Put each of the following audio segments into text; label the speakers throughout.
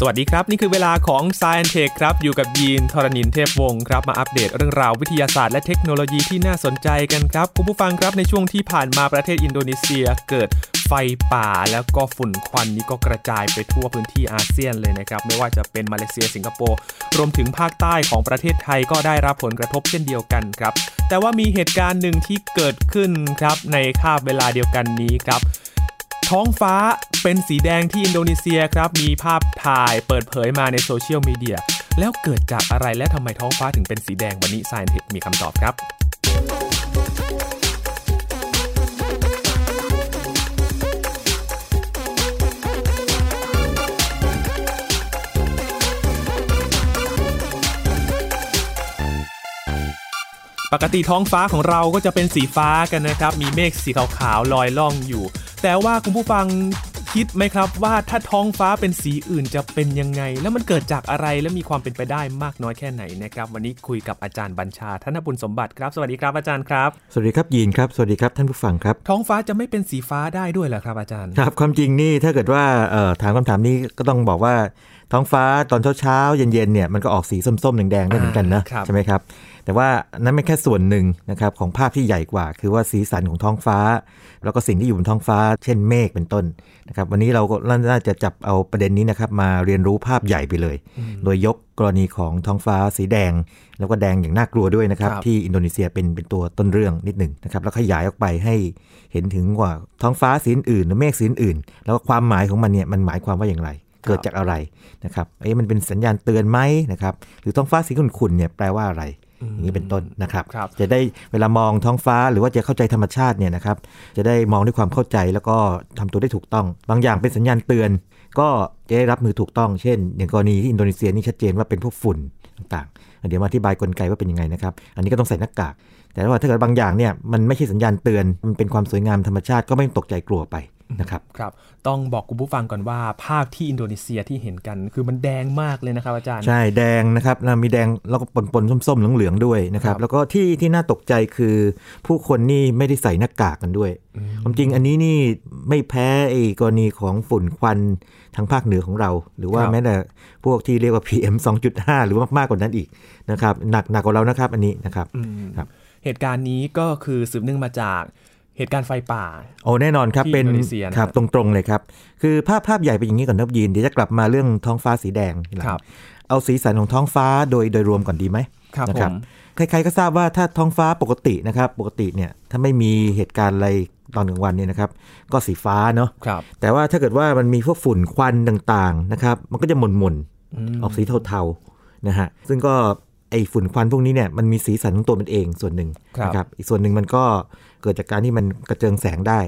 Speaker 1: สวัสดีครับ นี่คือเวลาของ s c i e n t e c h ครับ อยู่กับยีนทรณินเทพวงศ์ครับ มาอัปเดตเรื่องราววิทยาศาสตร์และเทคโนโลยีที่น่าสนใจกันครับ คุณผู้ฟังครับในช่วงที่ผ่านมาประเทศอินโดนีเซียเกิดไฟป่าแล้วก็ฝุ่นควันนี้ก็กระจายไปทั่วพื้นที่อาเซียนเลยนะครับ ไม่ว่าจะเป็นมาเลเซียสิงคโปร์รวมถึงภาคใต้ของประเทศไทยก็ได้รับผลกระทบเช่นเดียวกันครับ แต่ว่ามีเหตุการณ์หนึ่งที่เกิดขึ้นครับในคาบเวลาเดียวกันนี้ครับ ท้องฟ้าเป็นสีแดงที่อินโดนีเซียครับ มีภาพถ่ายเปิดเผยมาในโซเชียลมีเดีย แล้วเกิดจากอะไรและทำไมท้องฟ้าถึงเป็นสีแดงวันนี้ Science Tech มีคำตอบครับ ปกติท้องฟ้าของเราก็จะเป็นสีฟ้ากันนะครับ มีเมฆสีขาวๆลอยล่องอยู่ แต่ว่าคุณผู้ฟังคิดไหมครับว่าถ้าท้องฟ้าเป็นสีอื่นจะเป็นยังไง แล้วมันเกิดจากอะไรและมีความเป็นไปได้มากน้อยแค่ไหนนะครับ วันนี้คุยกับอาจารย์บัญชาธนบุญสมบัติครับสวัสดีครับอาจารย์ครับ
Speaker 2: สวัสดีครับยีนครับ สวัสดีครับท่านผู้ฟังครับ
Speaker 1: ท้องฟ้าจะไม่เป็นสีฟ้าได้ด้วยเหรอครับอาจารย์
Speaker 2: ครับความจริงนี่ถ้าเกิดว่าเอ่อถามคำถามนี้ก็ต้องบอกว่าท้องฟ้าตอนเช้าๆเย็นๆเนี่ยมันก็ออกสีส้มๆแดงๆได้เหมือนกันนะ
Speaker 1: อ่าครับ
Speaker 2: ใช่ไหมครับแต่ว่านั้นเป็นแค่ส่วนหนึ่งนะครับของภาพที่ใหญ่กว่า คือว่าสีสันของท้องฟ้า แล้วก็สิ่งที่อยู่บนท้องฟ้า เช่นเมฆเป็นต้นนะครับวันนี้เราก็น่าจะจับเอาประเด็นนี้นะครับมาเรียนรู้ภาพใหญ่ไปเลย โดยยกกรณีของท้องฟ้าสีแดง แล้วก็แดงอย่างน่ากลัวด้วยนะครับ
Speaker 1: ครับ
Speaker 2: ที่อินโดนีเซียเป็นเป็นตัวต้นเรื่องนิดหนึ่งนะครับแล้วขยายออกไปให้เห็นถึงว่าท้องฟ้าสีอื่นหรือเมฆสีอื่น แล้วก็ความหมายของมันเนี่ยมันหมายความว่าอย่างไร เกิดจากอะไรนะครับเอ๊ะมันเป็นสัญญาณเตือนไหมนะครับหรือท้องฟ้าสีขุ่นๆเนี่ยแปลว่าอะไร อย่างนี้เป็นต้นนะครับ
Speaker 1: ครับ
Speaker 2: จะได้เวลามองท้องฟ้าหรือว่าจะเข้าใจธรรมชาติเนี่ยนะครับ จะได้มองด้วยความเข้าใจแล้วก็ทำตัวได้ถูกต้อง บางอย่างเป็นสัญญาณเตือน ก็จะได้รับมือถูกต้อง เช่น อย่างกรณีที่อินโดนีเซียนี่ชัดเจนว่าเป็นพวกฝุ่นต่างๆ เดี๋ยวมาอธิบายกลไกว่าเป็นยังไงนะครับ อันนี้ก็ต้องใส่หน้ากาก แต่ว่าถ้าเกิดบางอย่างเนี่ยมันไม่ใช่สัญญาณเตือน มันเป็นความสวยงามธรรมชาติก็ไม่ต้องตกใจกลัวไปนะครับ
Speaker 1: ครับต้องบอกคุณผู้ฟังก่อนว่า ภาพที่อินโดนีเซียที่เห็นกัน คือมันแดงมากเลยนะครับอาจารย์
Speaker 2: ใช่แดงนะครับนะมีแดงแล้วก็ปนปนๆส้มๆเหลืองๆด้วยนะครั
Speaker 1: ครับ บ
Speaker 2: แล้วก็ที่ที่น่าตกใจคือผู้คนนี่ไม่ได้ใส่หน้ากากกันด้วยความจริงอันนี้นี่ไม่แพ้ไอ้กรณีของฝุ่นควันทางภาคเหนือของเรา หรือว่า
Speaker 1: ครับ
Speaker 2: แม้แต่พวกที่เรียกว่า PM 2.5 หรือว่ามากกว่านั้นอีกนะครับหนักหนักกว่าเรานะครับอันนี้นะครับ
Speaker 1: อืม
Speaker 2: ครับ
Speaker 1: เหตุการณ์นี้ก็คือสืบเนื่องมาจากเหตุการณ์ไฟป่า
Speaker 2: โอ้แน่นอนครับ
Speaker 1: ที่
Speaker 2: เป็น
Speaker 1: อินโดนีเซียนะครับ
Speaker 2: ตรงๆเลยครับ คือภาพภาพใหญ่เป็นอย่างนี้ก่อนนะครับยีนเดี๋ยวจะกลับมาเรื่องท้องฟ้าสีแดงทีหลัง
Speaker 1: ครับ
Speaker 2: เอาสีสันของท้องฟ้าโดยโดยรวมก่อนดีไหม
Speaker 1: ครับ
Speaker 2: นะ
Speaker 1: ผม
Speaker 2: ใครๆก็ทราบว่าถ้าท้องฟ้าปกตินะครับปกติเนี่ยถ้าไม่มีเหตุการณ์อะไรตอนกลางวันเนี่ยนะครับก็สีฟ้าเนาะ
Speaker 1: ครับ
Speaker 2: แต่ว่าถ้าเกิดว่ามันมีพวกฝุ่นควันต่างๆนะครับมันก็จะหม่นๆออกสีเทาๆนะฮะซึ่งก็ไอ้ฝุ่นควันพวกนี้เนี่ยมันมีสีสันของตัวมันเองส่วนหนึ่ง
Speaker 1: ครับ
Speaker 2: นะครับอีกส่วนหนึ่งมันก็เกิดจากการที่มันกระเจิงแสงได้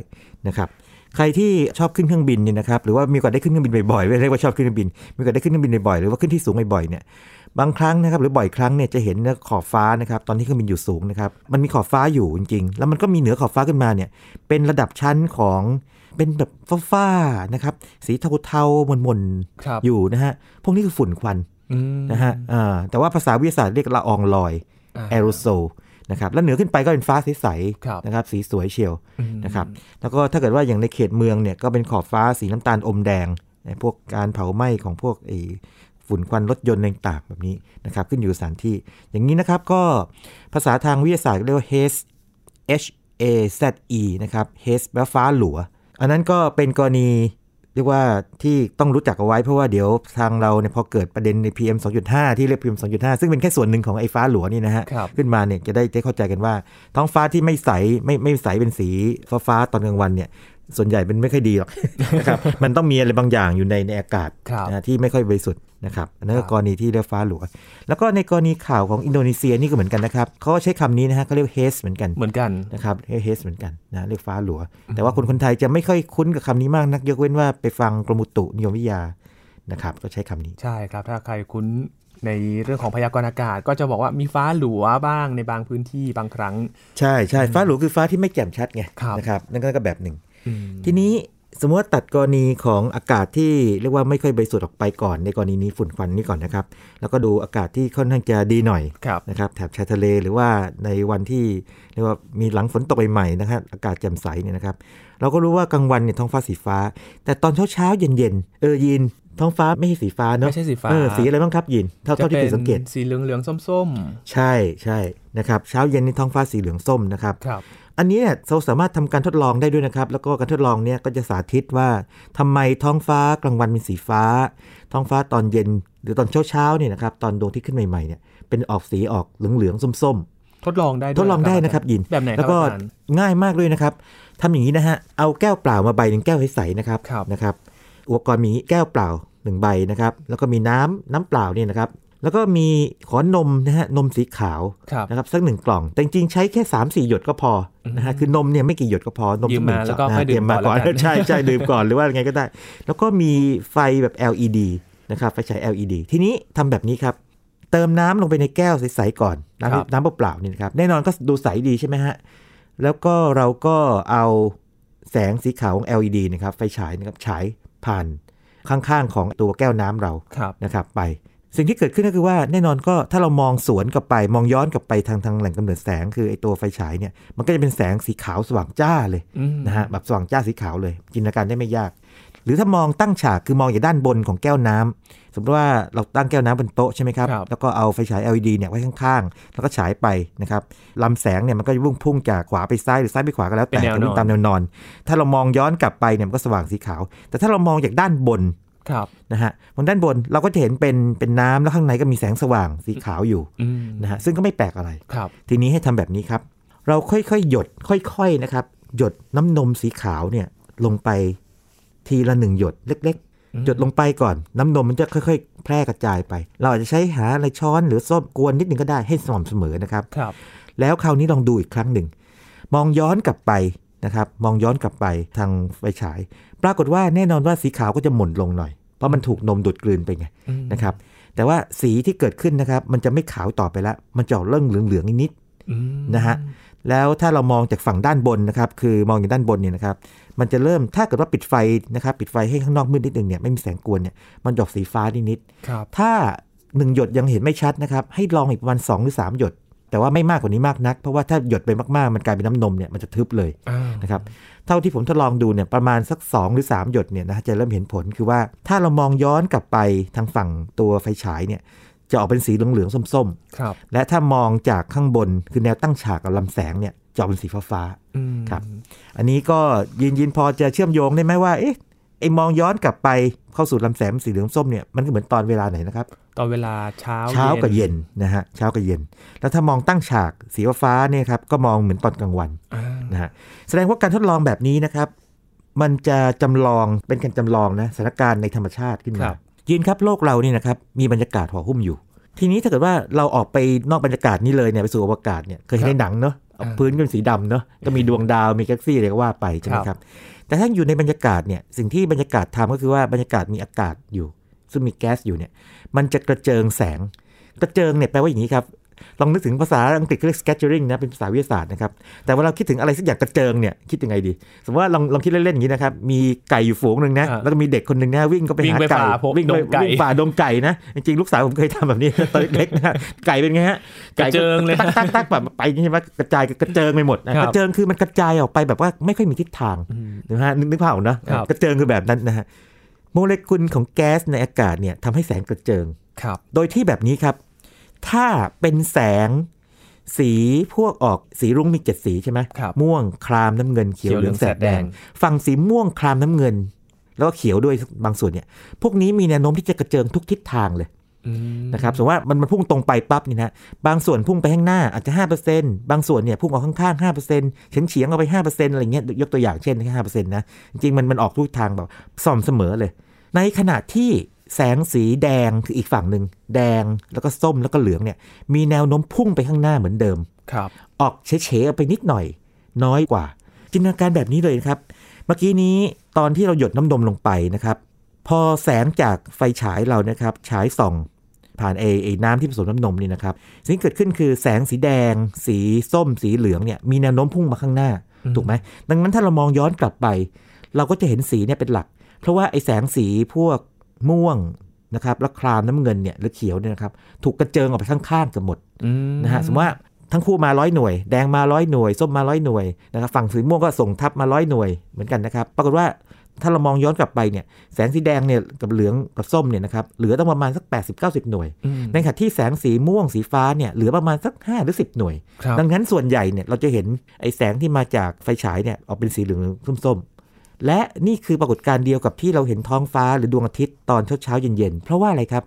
Speaker 2: นะครับใครที่ชอบขึ้นเครื่องบินเนี่ยนะครับหรือว่ามีโอกาสได้ขึ้นเครื่องบินบ่อยๆไม่เรียกว่าชอบขึ้นเครื่องบินมีโอกาสได้ขึ้นเครื่องบินบ่อยๆหรือว่าขึ้นที่สูงบ่อยๆเนี่ย บางครั้งนะครับหรือบ่อยครั้งเนี่ยจะเห็นขอบฟ้านะครับตอนที่เครื่องบินอยู่สูงนะครับมันมีขอบฟ้าอยู่จริงๆ แล้วมันก็มีเหนือขอบฟ้าขึ้นมาเนี่ยเป็นระดับชั้นของเป็นแบบฟ้าๆนะครับสีเทาๆหมน
Speaker 1: ครับ
Speaker 2: ๆอยู่นะฮะพวกนี้คือฝุ่นควัน
Speaker 1: อืม
Speaker 2: นะฮะอ่าแต่ว่าภาษาวิทยาศาสตร์เรียกละอองลอย
Speaker 1: อ่า
Speaker 2: แอโรโซลนะครับแล้วเหนือขึ้นไปก็เป็นฟ้าใส
Speaker 1: ครับ
Speaker 2: ๆนะครับสีสวยเชียว
Speaker 1: อืม
Speaker 2: นะครับแล้วก็ถ้าเกิดว่าอย่างในเขตเมืองเนี่ยก็เป็นขอบฟ้าสีน้ำตาลอมแดงไอ้พวกการเผาไหม้ของพวกไอ้ฝุ่นควันรถยนต์อะไรต่างๆแบบนี้นะครับขึ้นอยู่กับสถานที่ อย่างนี้นะครับก็ภาษาทางวิทยาศาสตร์เรียกว่า haze H A Z E นะครับ haze แปลว่าฟ้าหลัว อันนั้นก็เป็นกรณีเรียกว่าที่ต้องรู้จักเอาไว้เพราะว่าเดี๋ยวทางเราเนี่ยพอเกิดประเด็นใน PM 2.5 ที่เรียก PM 2.5 ซึ่งเป็นแค่ส่วนหนึ่งของไอ้ฟ้าหลัวนี่นะฮะ
Speaker 1: ครับ
Speaker 2: ขึ้นมาเนี่ยจะได้ได้เข้าใจกันว่า ท้องฟ้าที่ไม่ใสไม่ไม่ใสเป็นสีฟ้าฟ้าๆตอนกลางวันเนี่ยส่วนใหญ่เป็นไม่ค่อยดีหรอก นะครับมันต้องมีอะไรบางอย่างอยู่ในในอากาศ
Speaker 1: ครับ
Speaker 2: นะที่ไม่ค่อยบริสุทธิ์นะครับอันนั้น
Speaker 1: ค
Speaker 2: ก็
Speaker 1: รับ
Speaker 2: กรณีที่เรียกฟ้าหลวแล้วก็ในกรณีข่าวของอินโดนีเซียนี่ก็เหมือนกันนะครับเขาก็ใช้คำนี้นะฮะเขาเรียกเฮสเหมือนกัน
Speaker 1: เหมือนกัน
Speaker 2: นะครับเรียกเฮสเหมือนกันนะเรียกฟ้าหลวแต่ว่าคนคนไทยจะไม่ค่อยคุ้นกับคำนี้มากนักยกเว้นว่าไปฟังกรมอุตุนิยมวิทยานะครับก็ใช้คำนี้
Speaker 1: ใช่ครับ ถ้าใครคุ้นในเรื่องของพยากรณ์อากาศ ก็จะบอกว่ามีฟ้าหลัวบ้างในบางพื้นที่บางครั้ง
Speaker 2: ใช่ใช่ฟ้าหลวงคือฟ้าที่ไม่แจ่มชัดไง
Speaker 1: ครับ
Speaker 2: นะครับนั่นก็ก็แบบหนึ่ง
Speaker 1: อืม
Speaker 2: ทีนี้ สมมติว่าตัดกรณีของอากาศที่เรียกว่าไม่ค่อยบริสุทธิ์ออกไปก่อนในกรณีนี้ฝุ่นควันนี่ก่อนนะครับ แล้วก็ดูอากาศที่ค่อนข้างจะดีหน่อย
Speaker 1: ครับ
Speaker 2: นะครับแถบชายทะเลหรือว่าในวันที่เรียกว่ามีหลังฝนตกใหม่ๆนะครับอากาศแจ่มใสเนี่ยนะครับ เราก็รู้ว่ากลางวันเนี่ยท้องฟ้าสีฟ้า แต่ตอนเช้าๆเย็นๆเออยินท้องฟ้าไม่ใช่สีฟ้าเนอะ
Speaker 1: ไม่ใช่สีฟ้า
Speaker 2: เออสีอะไรบ้างครับยินเท่าเท่าที่คุณสังเกต
Speaker 1: จะป็นสีเหลืองเหลืองๆส้ม
Speaker 2: ใช่ใช่นะครับเช้าเย็นนี่ท้องฟ้าสีเหลืองส้มนะครับ
Speaker 1: ๆ ครับ
Speaker 2: อันนี้เนี่ยเราสามารถทำการทดลองได้ด้วยนะครับ แล้วก็การทดลองเนี่ยก็จะสาธิตว่าทำไมท้องฟ้ากลางวันเป็นสีฟ้า ท้องฟ้าตอนเย็นหรือตอนเช้าเช้าๆเนี่ยนะครับตอนดวงอาที่ขึ้นใหม่ๆเนี่ยเป็นออกสีออกเหลืองๆส้ม
Speaker 1: ทดลองได้
Speaker 2: ๆ
Speaker 1: วย
Speaker 2: ทดลองได้นะครับยิน
Speaker 1: แบบไหนค
Speaker 2: แล้
Speaker 1: รับ
Speaker 2: วก็
Speaker 1: อาจารย์
Speaker 2: ง่ายมากด้วยนะครับทำอย่างนี้นะฮะเอาแก้วเปล่ามาใบหนึ่งแก้วใสๆนะครับ
Speaker 1: ครับ
Speaker 2: นะครับอุปกรณ์มีแก้วเปล่าหนึ่งใบนะครับแล้วก็มีน้ำน้ำเปล่าเนี่ยนะครับแล้วก็มีขอนมนะฮะนมสีขาว
Speaker 1: ครับ
Speaker 2: นะครับสักหนึ่งกล่อง แต่จริงๆใช้แค่ 3 4 หยดก็พอนะฮะคือนมเนี่ยไม่กี่หยดก็พอนม
Speaker 1: ยืมมา
Speaker 2: สักหนึ่ง
Speaker 1: แล้วก็
Speaker 2: ช็อตนะ
Speaker 1: ค่อยดื่ม
Speaker 2: เตรียมาก่อน
Speaker 1: ก่อนแล้ว กัน
Speaker 2: ใช่ใช่ดื่มก่อนหรือว่ายังไงก็ได้ แล้วก็มีไฟแบบ LED นะครับไฟฉาย LED ทีนี้ทำแบบนี้ครับ เติมน้ำลงไปในแก้วใสๆก่อน น้ำ
Speaker 1: ครับ
Speaker 2: น้ำเปล่าๆนี่นะครับแน่นอนก็ดูใสดีใช่ไหมฮะ แล้วก็เราก็เอาแสงสีขาวของ LED นะครับไฟฉายนะครับฉายผ่านข้างๆของตัวแก้วน้ำเรา
Speaker 1: ครับ
Speaker 2: นะครับไปสิ่งที่เกิดขึ้นก็คือว่าแน่นอนก็ถ้าเรามองสวนกลับไปมองย้อนกลับไปทางทางแหล่งกำเนิดแสงคือไอตัวไฟฉายเนี่ยมันก็จะเป็นแสงสีขาวสว่างจ้าเลย
Speaker 1: อืม
Speaker 2: นะฮะแบบสว่างจ้าสีขาวเลยจินตนาการได้ไม่ยาก หรือถ้ามองตั้งฉากคือมองอย่างด้านบนของแก้วน้ำสมมติว่าเราตั้งแก้วน้ำบนโต๊ะใช่ไหมครับ
Speaker 1: ครับ
Speaker 2: แล้วก็เอาไฟฉาย LED เนี่ยไว้ข้างๆ แล้วก็ฉายไปนะครับลำแสงเนี่ยมันก็จะพุ่งพุ่งจากขวาไปซ้ายหรือซ้ายไปขวาก็แล้วแต่
Speaker 1: เป็นแนว
Speaker 2: จะวิ่ง
Speaker 1: นอน
Speaker 2: ตามแนวนอน ถ้าเรามองย้อนกลับไปเนี่ยมันก็สว่างสีขาว แต่ถ้าเรามองจากด้านบน
Speaker 1: ครับ
Speaker 2: นะฮะบนด้านบนเราก็จะเห็นเป็นเป็นน้ำแล้วข้างในก็มีแสงสว่างสีขาวอยู่
Speaker 1: อืม
Speaker 2: นะฮะซึ่งก็ไม่แปลกอะไร
Speaker 1: ครับ
Speaker 2: ทีนี้ให้ทำแบบนี้ครับ เราค่อยๆ หยดค่อยๆนะครับ หยดน้ำนมสีขาวเนี่ยลงไปทีละหนึ่งหยดเล็ก
Speaker 1: อืม
Speaker 2: ๆ หยดลงไปก่อน น้ำนมมันจะค่อยๆ แพร่กระจายไป เราอาจจะใช้หาอะไรช้อนหรือส้อมกวนนิดนึงก็ได้ให้สม่ำเสมอนะครับ
Speaker 1: ครับ
Speaker 2: แล้วคราวนี้ลองดูอีกครั้งหนึ่ง มองย้อนกลับไปนะครับ มองย้อนกลับไปทางไฟฉาย ปรากฏว่าแน่นอนว่าสีขาวก็จะหม่นลงหน่อย เพราะมันถูกนมดูดกลืนไปไง
Speaker 1: อืม
Speaker 2: นะครับ แต่ว่าสีที่เกิดขึ้นนะครับ มันจะไม่ขาวต่อไปละมันจะออกเริ่มเหลืองๆนิด
Speaker 1: อืม
Speaker 2: ๆนะฮะแล้วถ้าเรามองจากฝั่งด้านบนนะครับ คือมองจากด้านบนเนี่ยนะครับ มันจะเริ่มถ้าเกิดว่าปิดไฟนะครับ ปิดไฟให้ข้างนอกมืดนิดนึงเนี่ยไม่มีแสงกวนเนี่ยมันจะออกสีฟ้านิดๆ
Speaker 1: ครับ
Speaker 2: ถ้าหนึ่งหยดยังเห็นไม่ชัดนะครับ ให้ลองอีกประมาณ2หรือ 3 หยด แต่ว่าไม่มากกว่านี้มากนัก เพราะว่าถ้าหยดไปมากๆ มันกลายเป็นน้ำนมเนี่ยมันจะทึบเลย
Speaker 1: อ้าว
Speaker 2: นะครับเท่าที่ผมทดลองดูเนี่ยประมาณสัก 2 หรือ 3 หยดเนี่ยนะจะเริ่มเห็นผลคือว่าถ้าเรามองย้อนกลับไปทางฝั่งตัวไฟฉายเนี่ยจะออกเป็นสีเหลืองๆส้ม
Speaker 1: ครับ
Speaker 2: ๆ และถ้ามองจากข้างบนคือแนวตั้งฉากกับลำแสงเนี่ยจะออกเป็นสีฟ้าๆ
Speaker 1: อืม
Speaker 2: ครับ อันนี้ก็ยินยินพอจะเชื่อมโยงได้ไหมว่าเอ๊ะไอ้มองย้อนกลับไปเข้าสู่ลำแสงสีเหลืองส้มเนี่ยมันก็เหมือนตอนเวลาไหนนะครับ
Speaker 1: ตอนเวลาเช้า
Speaker 2: เช้ากับเย็นนะฮะเช้ากับเย็น แล้วถ้ามองตั้งฉากสีฟ้าๆเนี่ยครับก็มองเหมือนตอนกลางวัน
Speaker 1: อ่า
Speaker 2: นะฮะแสดงว่าการทดลองแบบนี้นะครับ มันจะจำลองเป็นการจำลองนะสถานการณ์ในธรรมชาติขึ้นมายินครับโลกเราเนี่ยนะครับมีบรรยากาศห่อหุ้มอยู่ ทีนี้ถ้าเกิดว่าเราออกไปนอกบรรยากาศนี้เลยเนี่ยไปสู่อวกาศเนี่ยเคยเห็นในหนังเนาะเอาพื้นก็เป็นสีดำเนาะก็มีดวงดาวมีแกลกซี่อะไรก็ว่าไปใช่ไหมครับ แต่ถ้าอยู่ในบรรยากาศเนี่ยสิ่งที่บรรยากาศทำก็คือว่าบรรยากาศมีอากาศอยู่ ซึ่งมีแก๊สอยู่เนี่ยมันจะกระเจิงแสง กระเจิงเนี่ยแปลว่าอย่างนี้ครับ ลองนึกถึงภาษาอังกฤษเขาเรียก scattering นะเป็นภาษาวิทยาศาสตร์นะครับ แต่เวลาเราคิดถึงอะไรสักอย่างกระเจิงเนี่ยคิดยังไงดี สมมติว่าลองลองคิดเล่นๆอย่างนี้นะครับ มีไก่อยู่ฝูงหนึ่งนะ แล้วก็มีเด็กคนหนึ่งนะวิ่งก็ไป
Speaker 1: วิ่ง
Speaker 2: หา
Speaker 1: ไป
Speaker 2: ไก่
Speaker 1: ฝ่าพวก
Speaker 2: วิ่ง
Speaker 1: ด
Speaker 2: ไป
Speaker 1: งไก่
Speaker 2: วิ่งฝ่าดงไก่นะ จริงๆลูกสาวผมเคยทำแบบนี้ ตอนเล็กๆนะไก่เป็นไงฮะไก่
Speaker 1: กระเจิงเลย
Speaker 2: ตักตักตักแบบไปใช่ไหมกระจายกระเจิงไปหมดนะครับกระเจิงคือมันกระจายออกไปแบบว่าไม่ค่อยมีทิศทางนะฮะนึกนึกภาพออกเนอะ
Speaker 1: ครับ
Speaker 2: กระเจิงคือแบบนั้นนะฮะโมเลกุลของแก๊สในอากาศเนี่ยทำให้แสงกระเจิง
Speaker 1: ครับ
Speaker 2: โดยที่แบบนี้ครับ ถ้าเป็นแสงสีพวกออกสีรุ้งมีเจ็ดสีใช่ไหม
Speaker 1: ครับ
Speaker 2: ม่วงครามน้ำเงินเขียวเหลืองแสดแด
Speaker 1: เขียวเหลืองแสด
Speaker 2: ง
Speaker 1: แดง
Speaker 2: ฝั่งสีม่วงครามน้ำเงิน แล้วก็เขียวด้วยบางส่วนเนี่ย พวกนี้มีแนวโน้มที่จะกระเจิงทุกทิศทางเลย
Speaker 1: อืม
Speaker 2: นะครับสมมติว่ามันมันพุ่งตรงไปปั๊บนี่นะบางส่วนพุ่งไปข้างหน้าอาจจะ5%บางส่วนเนี่ยพุ่งออกข้างๆ5%เฉียงเฉียงๆเอาไป5%อะไรเงี้ยยกตัวอย่างเช่นแค่5%นะจริงๆมันมันออกทุกทางแบบสม่ำเสมอเลย ในขณะที่แสงสีแดงคืออีกฝั่งหนึ่งแดงแล้วก็ส้มแล้วก็เหลืองเนี่ยมีแนวโน้มพุ่งไปข้างหน้าเหมือนเดิม
Speaker 1: ครับ
Speaker 2: ออกเฉยๆออกไปนิดหน่อย น้อยกว่า จินตนาการแบบนี้เลยนะครับ เมื่อกี้นี้ตอนที่เราหยดน้ำนมลงไปนะครับ พอแสงจากไฟฉายเรานะครับฉายส่อง ผ่านไอไอน้ำที่ผสมน้ำนมนี่นะครับ สิ่งที่เกิดขึ้นคือแสงสีแดง สีส้ม สีเหลืองเนี่ยมีแนวโน้มพุ่งมาข้างหน้า
Speaker 1: อืม
Speaker 2: ถูกไหม ดังนั้นถ้าเรามองย้อนกลับไป เราก็จะเห็นสีเนี่ยเป็นหลัก เพราะว่าไอ้แสงสีพวกม่วงนะครับและครามน้ำเงินเนี่ยหรือเขียวเนี่ยนะครับถูกกระเจิงออกไปข้างๆกันหมด
Speaker 1: อืม
Speaker 2: นะฮะสมมติว่าทั้งคู่มาร้อยหน่วย แดงมาร้อยหน่วย ส้มมาร้อยหน่วยนะครับฝั่งสีม่วงก็ส่งทัพมาร้อยหน่วยเหมือนกันนะครับ ปรากฏว่าถ้าเรามองย้อนกลับไปเนี่ยแสงสีแดงเนี่ยกับเหลืองกับส้มเนี่ยนะครับเหลือต้องประมาณสัก 80-90 หน่วย
Speaker 1: อืม
Speaker 2: ในขณะที่แสงสีม่วงสีฟ้าเนี่ยเหลือประมาณสัก 5 หรือ 10 หน่วย
Speaker 1: ครับ
Speaker 2: ดังนั้นส่วนใหญ่เนี่ยเราจะเห็นไอ้แสงที่มาจากไฟฉายเนี่ยออกเป็นสีเหลืองส้มๆ และนี่คือปรากฏการณ์เดียวกับที่เราเห็นท้องฟ้าหรือดวงอาทิตย์ตอนเช้าๆเย็นๆ เพราะว่าอะไรครับ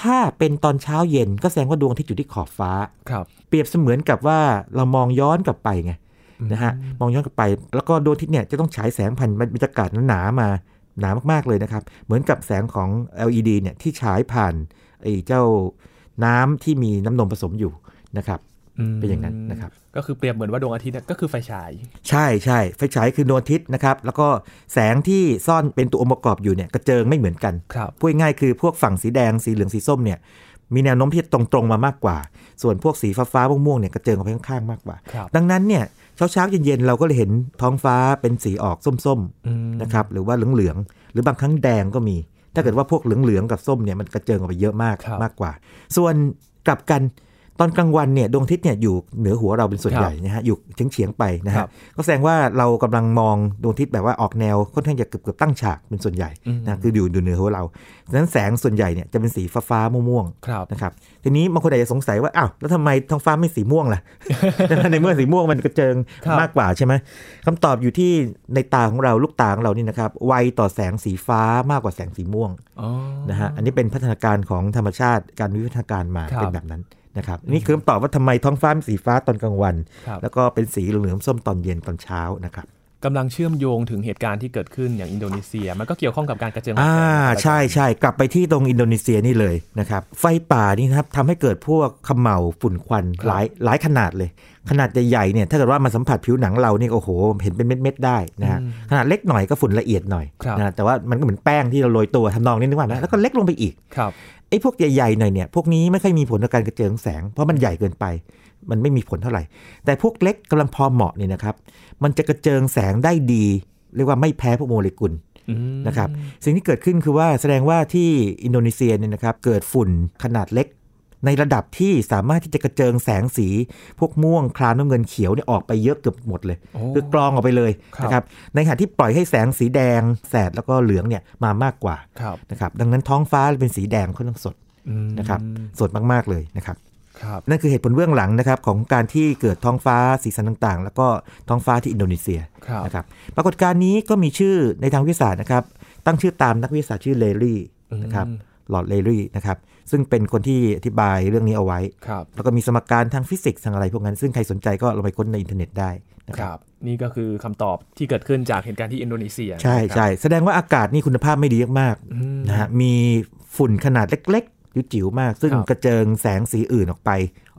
Speaker 2: ถ้าเป็นตอนเช้าเย็นก็แสดงว่าดวงอาทิตย์อยู่ที่ขอบฟ้า
Speaker 1: ครับ
Speaker 2: เปรียบเสมือนกับว่าเรามองย้อนกลับไปไงนะฮะมองย้อนกลับไป แล้วก็ดวงอาทิตย์เนี่ยจะต้องฉายแสงผ่านบรรยากาศหนาๆมาหนามากๆเลยนะครับ เหมือนกับแสงของ LED เนี่ยที่ฉายผ่านไอ้เจ้าน้ำที่มีน้ำนมผสมอยู่นะครับ
Speaker 1: อืม
Speaker 2: เป็นอย่างนั้นนะครับ
Speaker 1: ก็คือเปรียบเหมือนว่าดวงอาทิตย์เนี่ยก็คือไฟฉาย
Speaker 2: ใช่ใช่ไฟฉายคือดวงอาทิตย์นะครับ แล้วก็แสงที่ซ่อนเป็นตัวองค์ประกอบอยู่เนี่ยกระเจิงไม่เหมือนกัน
Speaker 1: ครับ
Speaker 2: พูดง่ายๆคือพวกฝั่งสีแดงสีเหลืองสีส้มเนี่ยมีแนวโน้มที่จะตรงๆมามากกว่า ส่วนพวกสีฟ้าๆม่วงๆเนี่ยกระเจิงออกไปข้างๆมากกว่า
Speaker 1: ครับ
Speaker 2: ดังนั้นเนี่ยเช้าๆเย็นๆเราก็เลยเห็นท้องฟ้าเป็นสีออกส้ม
Speaker 1: อืม
Speaker 2: ๆนะครับหรือว่าเหลืองๆหรือบางครั้งแดงก็มี ถ้าเกิดว่าพวกเหลืองๆกับส้มเนี่ยมันกระเจิงออกไปเยอะมาก
Speaker 1: ครับ
Speaker 2: มากกว่า ส่วนกลับกันตอนกลางวันเนี่ยดวงอาทิตย์เนี่ยอยู่เหนือหัวเราเป็นส่วน
Speaker 1: ครับ
Speaker 2: ใหญ่นะฮะอยู่เฉียงๆไปนะ
Speaker 1: ครั
Speaker 2: ฮะ
Speaker 1: บ
Speaker 2: ก็แสดงว่าเรากำลังมองดวงอาทิตย์แบบว่าออกแนวค่อนข้างจะเกือบเกือบๆตั้งฉากเป็นส่วนใหญ่
Speaker 1: อืม
Speaker 2: นะคืออยู่อยู่เหนือหัวเราดังนั้นแสงส่วนใหญ่เนี่ยจะเป็นสีฟ้าๆม่วงๆ
Speaker 1: ครับ
Speaker 2: นะครับทีนี้บางคนอาจจะสงสัยว่าอ้าวแล้วทำไมท้องฟ้าไม่สีม่วง ล่ะ ในเมื่อสีม่วงมันกระเจิง
Speaker 1: ครับ
Speaker 2: มากกว่าใช่ไหมคำตอบอยู่ที่ในตาของเราลูกตาของเรานี่นะครับไวต่อแสงสีฟ้ามากกว่าแสงสีม่วง
Speaker 1: อ๋อ
Speaker 2: นะฮะอันนี้เป็นพัฒนาการของธรรมชาติการวิวัฒนาการมา
Speaker 1: ครับ
Speaker 2: เป็นแบบนั้นนะครับนี่คือคำตอบว่าทำไมท้องฟ้าเป็นสีฟ้าตอนกลางวัน
Speaker 1: ครับ
Speaker 2: แล้วก็เป็นสีเหลืองๆส้มตอนเย็นตอนเช้านะครับ
Speaker 1: กำลังเชื่อมโยงถึงเหตุการณ์ที่เกิดขึ้นอย่างอินโดนีเซีย มันก็เกี่ยวข้องกับการกระเจิงของ
Speaker 2: อ่า
Speaker 1: แสงอะไร
Speaker 2: ใช่ใช่กลับไปที่ตรงอินโดนีเซียนี่เลยนะครับ ไฟป่านี่นะครับทำให้เกิดพวกเขมเหลาฝุ่นควันหลายหลายขนาดเลย ขนาดใหญ่ๆเนี่ยถ้าเกิดว่ามาสัมผัสผิวหนังเราเนี่ยโอ้โห เห็นเป็นเม็ดๆได้นะฮะขนาดเล็กหน่อยก็ฝุ่นละเอียดหน่อยนะฮะแต่ว่ามันก็เหมือนแป้งที่เราโรยตัวทำนองนี้นึกว่านะแล้วก็เล็กลงไปอีก
Speaker 1: ครับ
Speaker 2: ไอ้พวกใหญ่ๆหน่อยเนี่ยพวกนี้ไม่ค่อยมีผลต่อการกระเจิงแสง เพราะมันใหญ่เกินไป มันไม่มีผลเท่าไหร่ แต่พวกเล็กกำลังพอเหมาะเนี่ยนะครับ มันจะกระเจิงแสงได้ดี เรียกว่าไม่แพ้พวกโมเลกุล
Speaker 1: อืม
Speaker 2: นะครับสิ่งที่เกิดขึ้นคือว่าแสดงว่าที่อินโดนีเซียเนี่ยนะครับเกิดฝุ่นขนาดเล็ก ในระดับที่สามารถที่จะกระเจิงแสงสี พวกม่วงครามน้ำเงินเขียวเนี่ยออกไปเยอะเกือบหมดเลย
Speaker 1: โอ้
Speaker 2: คือกรองออกไปเลย
Speaker 1: ครับ
Speaker 2: นะครับในขณะที่ปล่อยให้แสงสีแดง แสดแล้วก็เหลืองเนี่ยมามากกว่า
Speaker 1: ครับ
Speaker 2: นะครับดังนั้นท้องฟ้าเป็นสีแดงค่อนข้างสด
Speaker 1: อืม
Speaker 2: นะครับสดมากๆเลยนะครับ
Speaker 1: ครับ
Speaker 2: นั่นคือเหตุผลเบื้องหลังนะครับของการที่เกิดท้องฟ้าสีสันต่างๆ แล้วก็ท้องฟ้าที่อินโดนีเซีย
Speaker 1: ครับ
Speaker 2: นะครับปรากฏการณ์นี้ก็มีชื่อในทางวิทยาศาสตร์นะครับ ตั้งชื่อตามนักวิทยาศาสตร์ชื่อเลรี่นะครับ
Speaker 1: อืม
Speaker 2: หลอดเลรี่นะครับซึ่งเป็นคนที่อธิบายเรื่องนี้เอาไว้
Speaker 1: ครับ
Speaker 2: แล้วก็มีสมการทางฟิสิกส์ทางอะไรพวกนั้น ซึ่งใครสนใจก็ลองไปค้นในอินเทอร์เน็ตได้นะ
Speaker 1: ค
Speaker 2: ครับ
Speaker 1: รับ นี่ก็คือคำตอบที่เกิดขึ้นจากเหตุการณ์ที่อินโดนีเซีย
Speaker 2: ใช่
Speaker 1: นะครับ
Speaker 2: ใช่แสดงว่าอากาศนี่คุณภาพไม่ดีมากๆ
Speaker 1: อืม
Speaker 2: นะฮะมีฝุ่นขนาดเล็กๆจิ๋วๆมาก ซึ่ง
Speaker 1: ครับ
Speaker 2: กระเจิงแสงสีอื่นออกไป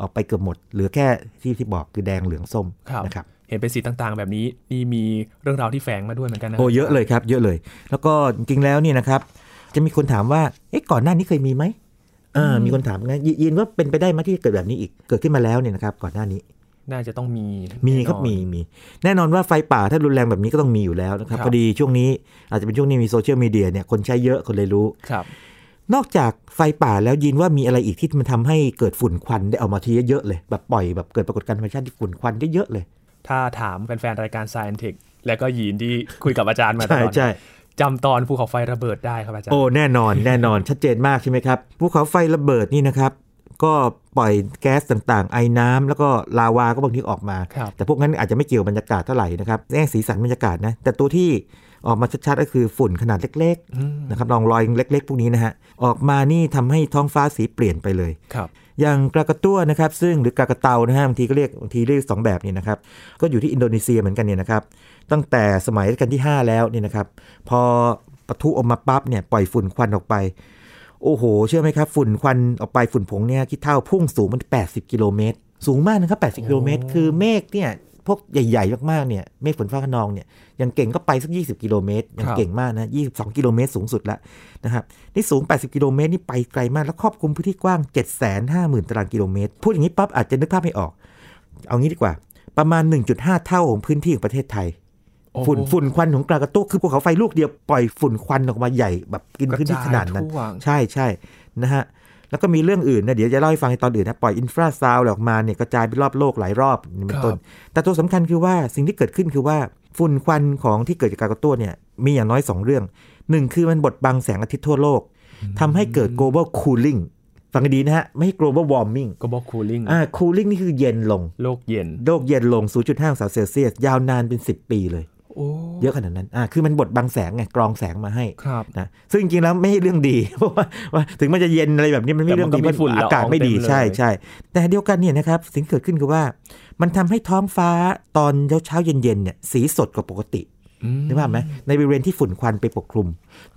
Speaker 2: ออกไปเกือบหมด เหลือแค่ที่ที่บอกคือแดงเหลืองส้ม
Speaker 1: ครับ
Speaker 2: นะครับ
Speaker 1: เห็นเป็นสีต่างๆ แบบนี้นี่มีเรื่องราวที่แฝงมาด้วยเหมือนกันนะ
Speaker 2: โอ้เยอะเลยครับ เยอะเลย แล้วก็จริงๆแล้วเนี่ยนะครับ จะมีคนถามว่าเอ๊ะก่อนหน้านี้เคยมีไหมเออมีคนถามงั้นยยินว่าเป็นไปได้ไหมที่จะเกิดแบบนี้อีกเกิดขึ้นมาแล้วเนี่ยนะครับก่อนหน้านี้
Speaker 1: น่าจะต้องมี
Speaker 2: มี
Speaker 1: แน่นอน
Speaker 2: ครับมีมีแน่นอนว่าไฟป่าถ้ารุนแรงแบบนี้ก็ต้องมีอยู่แล้วนะค
Speaker 1: ค
Speaker 2: รับ
Speaker 1: รับ
Speaker 2: พอดีช่วงนี้อาจจะเป็นช่วงนี้มีโซเชียลมีเดียเนี่ยคนใช้เยอะคนเลยรู้
Speaker 1: ครับ
Speaker 2: นอกจากไฟป่าแล้วยินว่ามีอะไรอีกที่มันทำให้เกิดฝุ่นควันได้ออกมาทีเยอะๆเลยแบบปล่อยแบบเกิดปรากฏการณ์ธรรมชาติที่ฝุ่นควันได้เยอะๆเลย
Speaker 1: ถ้าถามแฟนๆรายการ Science Tech และก็ยีนที่คุยกับอาจารย์มาต
Speaker 2: ใช่
Speaker 1: ลอด
Speaker 2: ใช่
Speaker 1: จำตอนภูเขาไฟระเบิดได้ครับอาจารย์
Speaker 2: โอ้แน่น อนแน่นอน ชัดเจนมากใช่ไหมครับภูเขาไฟระเบิดนี่นะครับ ก็ปล่อยแก๊สต่างๆ ไอน้ำแล้วก็ลาวาก็บางทีออกมา
Speaker 1: ครับ
Speaker 2: แต่พวกนั้นอาจจะไม่เกี่ยวบรรยากาศเท่าไหร่นะครับแง่สีสันบรรยากาศนะแต่ตัวที่ออกมาชัดๆก็คือฝุ่นขนาดเล็ก
Speaker 1: อืม
Speaker 2: ๆนะครับรองรอยเล็ก ๆ พวกนี้นะฮะออกมานี่ทำให้ท้องฟ้าสีเปลี่ยนไปเลย
Speaker 1: ครับ
Speaker 2: อย่างกรากาตัวนะครับซึ่งหรือกรากาเตานะฮะบางทีก็เรียกบางทีเรียกสองแบบเนี่ยนะครับก็อยู่ที่อินโดนีเซียเหมือนกันเนี่ยนะครับตั้งแต่สมัยรัชกาลที่ 5 แล้วเนี่ยนะครับพอปะทุออกมาปั๊บเนี่ยปล่อยฝุ่นควันออกไป โอ้โห เชื่อไหมครับ ฝุ่นควันออกไปฝุ่นผงเนี่ยคิดเท่าพุ่งสูงมัน 80 กิโลเมตร สูงมากนะครับ 80 กิโลเมตร คือเมฆเนี่ยพวกใหญ่ๆมากๆเนี่ยเมฆฝนฟ้าขนองเนี่ยยังเก่งก็ไปสัก 20 กิโลเมตรยั
Speaker 1: ค
Speaker 2: ง
Speaker 1: รับ
Speaker 2: เก่งมากนะ22 กิโลเมตรสูงสุดแล้วนะครับนี่สูง 80 กิโลเมตรนี่ไปไกลมากแล้วครอบคลุมพื้นที่กว้าง 750,000 ตารางกิโลเมตร พูดอย่างนี้ปั๊บอาจจะนึกภาพไม่ออก เอางี้ดีกว่า ประมาณ 1.5 เท่าของพื้นที่ของประเทศไทย
Speaker 1: โอ้โห
Speaker 2: ฝุ่นฝุ่นควันของกรากาโตะคือภูเขาไฟลูกเดียวปล่อยฝุ่นควันออกมาใหญ่แบบกินพื้นที่ขนาดนั้น
Speaker 1: กระจยทั่ว
Speaker 2: ใช่ใช่นะฮะ แล้วก็มีเรื่องอื่นนะเดี๋ยวจะเล่าให้ฟังในตอนอื่นนะ ปล่อยอินฟราซาวด์ออกมาเนี่ยกระจายไปรอบโลกหลายรอบนี่เป็นต้น
Speaker 1: ครับ
Speaker 2: แต่ตัวสำคัญคือว่าสิ่งที่เกิดขึ้นคือว่าฝุ่นควันของที่เกิดจากการกระตุ้นเนี่ยมีอย่างน้อย 2 เรื่องหนึ่งคือมันบดบังแสงอาทิตย์ทั่วโลกทำให้เกิด global cooling ฟังให้ดีนะฮะ ไม่ใช่ global warming
Speaker 1: ก็บอกคูลิ่ง
Speaker 2: อ่า cooling นี่คือเย็นลง
Speaker 1: โลกเย็น
Speaker 2: โลกเย็นลง 0.5องศาเซลเซียสยาวนานเป็น 10 ปีเลย
Speaker 1: โอ้
Speaker 2: เยอะขนาดนั้นอ่าคือมันบดบังแสงไงกรองแสงมาให้
Speaker 1: ครับ
Speaker 2: นะซึ่งจริงๆแล้วไม่ใช่เรื่องดี เพราะว่าว่าถึงมันจะเย็นอะไรแบบนี้มันไม่
Speaker 1: แต่
Speaker 2: ใช่
Speaker 1: มัก็
Speaker 2: เรื่อน งดี
Speaker 1: มีฝุ่นละออง
Speaker 2: อากาศไม่ดี
Speaker 1: เต็มเลย
Speaker 2: ใช่ใช่แต่เดียวกันเนี่ยนะครับสิ่งที่เกิดขึ้นคือว่า มันทำให้ท้องฟ้าตอนเช้าเช้าๆเย็นๆเนี่ยสีสดกว่าปกตินึกภาพไหมในบริเวณที่ฝุ่นควันไปปกคลุม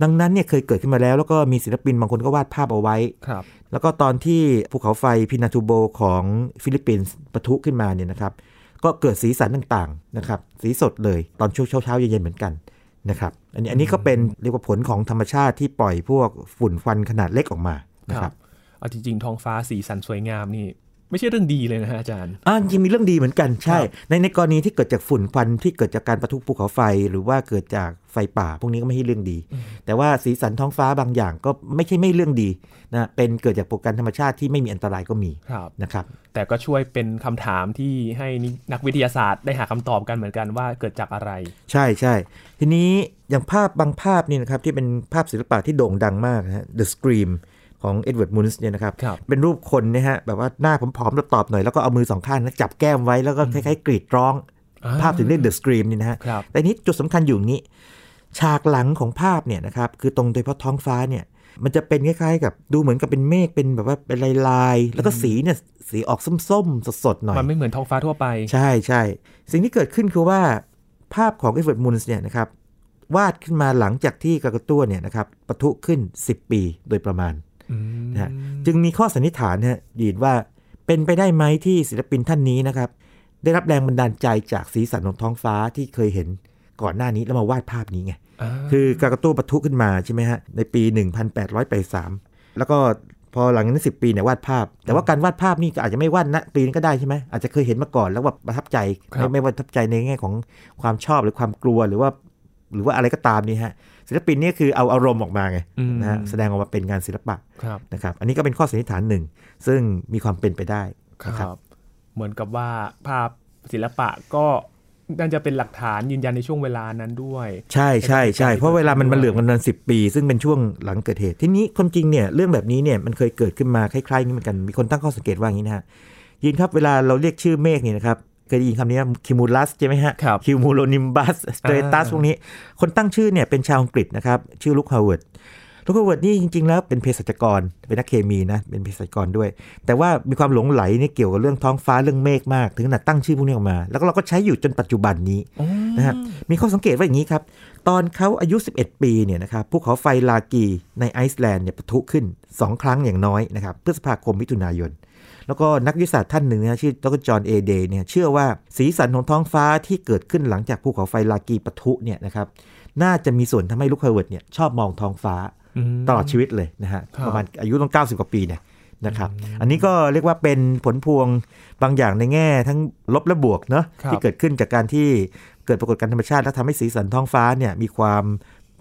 Speaker 2: ดังนั้นเนี่ยเคยเกิดขึ้นมาแล้ว แล้วก็มีศิลปินบางคนก็วาดภาพเอาไว้
Speaker 1: ครับ
Speaker 2: แล้วก็ตอนที่ภูเขาไฟพินาทูโบของฟิลิปปินส์ปะทุขึ้นมาเนี่ยนะครับก็เกิดสีสันต่างๆนะครับสีสดเลยตอนช่วงเช้าๆเย็นๆเหมือนกันนะครับอันนี้อันนี้ก็เป็นเรียกว่าผลของธรรมชาติที่ปล่อยพวกฝุ่นควันขนาดเล็กออกมานะ
Speaker 1: ค
Speaker 2: ค
Speaker 1: รั
Speaker 2: รั
Speaker 1: บบ เอาจริงๆ ท้องฟ้าสีสันสวยงามนี่ ไม่ใช่เรื่องดีเลยนะฮะอาจารย์
Speaker 2: อ่าจริงๆมีเรื่องดีเหมือนกันใช่
Speaker 1: ครับ
Speaker 2: ในในกรณีที่เกิดจากฝุ่นควันที่เกิดจากการประทุภูเขาไฟหรือว่าเกิดจากไฟป่า พวกนี้ก็ไม่ใช่เรื่องดี แต่ว่าสีสันท้องฟ้าบางอย่างก็ไม่ใช่ไม่เรื่องดีนะเป็นเกิดจากโปรแกรมธรรมชาติที่ไม่มีอันตรายก็มี
Speaker 1: ครับ
Speaker 2: นะครับ
Speaker 1: แต่ก็ช่วยเป็นคำถามที่ให้นักวิทยาศาสตร์ได้หาคำตอบกันเหมือนกันว่าเกิดจากอะไร
Speaker 2: ใช่ใช่ ทีนี้อย่างภาพบางภาพนี่นะครับ ที่เป็นภาพศิลปะที่โด่งดังมากนะฮะ The Scream ของเอ็ดเวิร์ดมูนส์เนี่ยนะครับ
Speaker 1: ครับ
Speaker 2: เป็นรูปคนนะฮะ แบบว่าหน้าผอมๆตอบๆหน่อย แล้วก็เอามือสองข้างนะจับแก้มไว้แล้วก็คล้ายๆ กรีดร้อง ภาพถึงเรียก The Scream นี่นะฮะ
Speaker 1: ครับ
Speaker 2: แต่นี้จุดสำคัญอยู่อย่างนี้ ฉากหลังของภาพเนี่ยนะครับ คือตรงโดยเฉพาะท้องฟ้าเนี่ย มันจะเป็นคล้ายๆ กับดูเหมือนกับเป็นเมฆเป็นแบบว่าเป็นลายๆแล้วก็สีเนี่ยสีออกส้มๆสดๆหน่อย
Speaker 1: มันไม่เหมือนท้องฟ้าทั่วไป
Speaker 2: ใช่ใช่สิ่งที่เกิดขึ้นคือว่าภาพของเอ็ดเวิร์ดมูนส์เนี่ยนะครับวาดขึ้นมาหลังจากที่กากาตัวเนี่ยนะครับปะทุขึ้น 10 ปีโดยประมาณ
Speaker 1: อืม
Speaker 2: นะฮะ จึงมีข้อสันนิษฐานนะฮะยีนว่าเป็นไปได้ไหมที่ศิลปินท่านนี้นะครับ ได้รับแรงบันดาลใจจากสีสันของท้องฟ้าที่เคยเห็นก่อนหน้านี้แล้วมาวาดภาพนี้ไง
Speaker 1: อ่า
Speaker 2: คือกากาตัวปะทุขึ้นมาใช่ไหมฮะ ในปี 1883 แล้วก็พอหลังจากนั้นสิปีเนี่ยวาดภาพ แต่ว่าการวาดภาพนี่ก็อาจจะไม่วาดณปีนั้นก็ได้ใช่ไหมอาจจะเคยเห็นมาก่อนแล้วแบบประทับใจไม่ไม่ว่าประทับใจในแง่ของความชอบหรือความกลัวหรือว่า หรือว่าอะไรก็ตามนี่ฮะศิลปินเนี่ยคือเอาอารมณ์ออกมาไงนะฮะแสดงออกมาเป็นงานศิลปะ
Speaker 1: ครับ
Speaker 2: นะครับอันนี้ก็เป็นข้อสันนิษฐานหนึ่ง ซึ่งมีความเป็นไปได้
Speaker 1: ค
Speaker 2: นะครับ
Speaker 1: รับ เหมือนกับว่าภาพศิลปะก็น่าจะเป็นหลักฐานยืนยันในช่วงเวลานั้นด้วย
Speaker 2: ใช่ใช่ใช่เพราะเวลามันมันเหลื่อมกันนานสิปี ซึ่งเป็นช่วงหลังเกิดเหตุ ทีนี้ความจริงเนี่ยเรื่องแบบนี้เนี่ยมันเคยเกิดขึ้นมาคล้ายๆอย่างนี้เหมือนกัน มีคนตั้งข้อสังเกตว่าอย่างนี้นะฮะยินครับเวลาเราเรียกชื่อเมฆเนี่ยนะครับเคยได้ยินคำนี้คิมูลัสใช่ไหมฮะ
Speaker 1: ครับ
Speaker 2: คิมูโลนิมบัสสเตรตัส
Speaker 1: อ่า
Speaker 2: พวกนี้ คนตั้งชื่อเนี่ยเป็นชาวอังกฤษนะครับชื่อลุคฮาวเวิร์ด ลูกเวิร์ดนี่จริง ๆ แล้วเป็นเภสัชกร เป็นนักเคมีนะ เป็นเภสัชกรด้วย แต่ว่ามีความหลงไหลเนี่ยเกี่ยวกับเรื่องท้องฟ้าเรื่องเมฆมาก ถึงขนาดตั้งชื่อพวกนี้ออกมา แล้วก็เราก็ใช้อยู่จนปัจจุบันนี้นะฮะ มีข้อสังเกตว่าอย่างนี้ครับ ตอนเขาอายุ 11 ปีเนี่ยนะครับภูเขาไฟลากีในไอซ์แลนด์เนี่ยปะทุขึ้น 2 ครั้งอย่างน้อยนะครับพฤษภาคมมิถุนายน แล้วก็นักวิทยาศาสตร์ท่านหนึ่งนะชื่อดรจอห์นเอเดย์เนี่ยเชื่อว่าสีสันของท้องฟ้าที่เกิดขึ้นหลังจากภูเขาไฟลากีปะทุเนี่ยนะครับน่าจะมีส่วนทำให้ลูกเฮเวิร์ดเนี่ยชอบมองท้องฟ้า
Speaker 1: อืม
Speaker 2: ตลอดชีวิตเลยนะฮะ
Speaker 1: ครับ
Speaker 2: ประมาณอายุต้อง 90 กว่าปีเนี่ยนะครับ อันนี้ก็เรียกว่าเป็นผลพวงบางอย่างในแง่ทั้งลบและบวกเนาะที่เกิดขึ้นจากการที่เกิดปรากฏการณ์ธรรมชาติ แล้วทำให้สีสันท้องฟ้าเนี่ยมีความ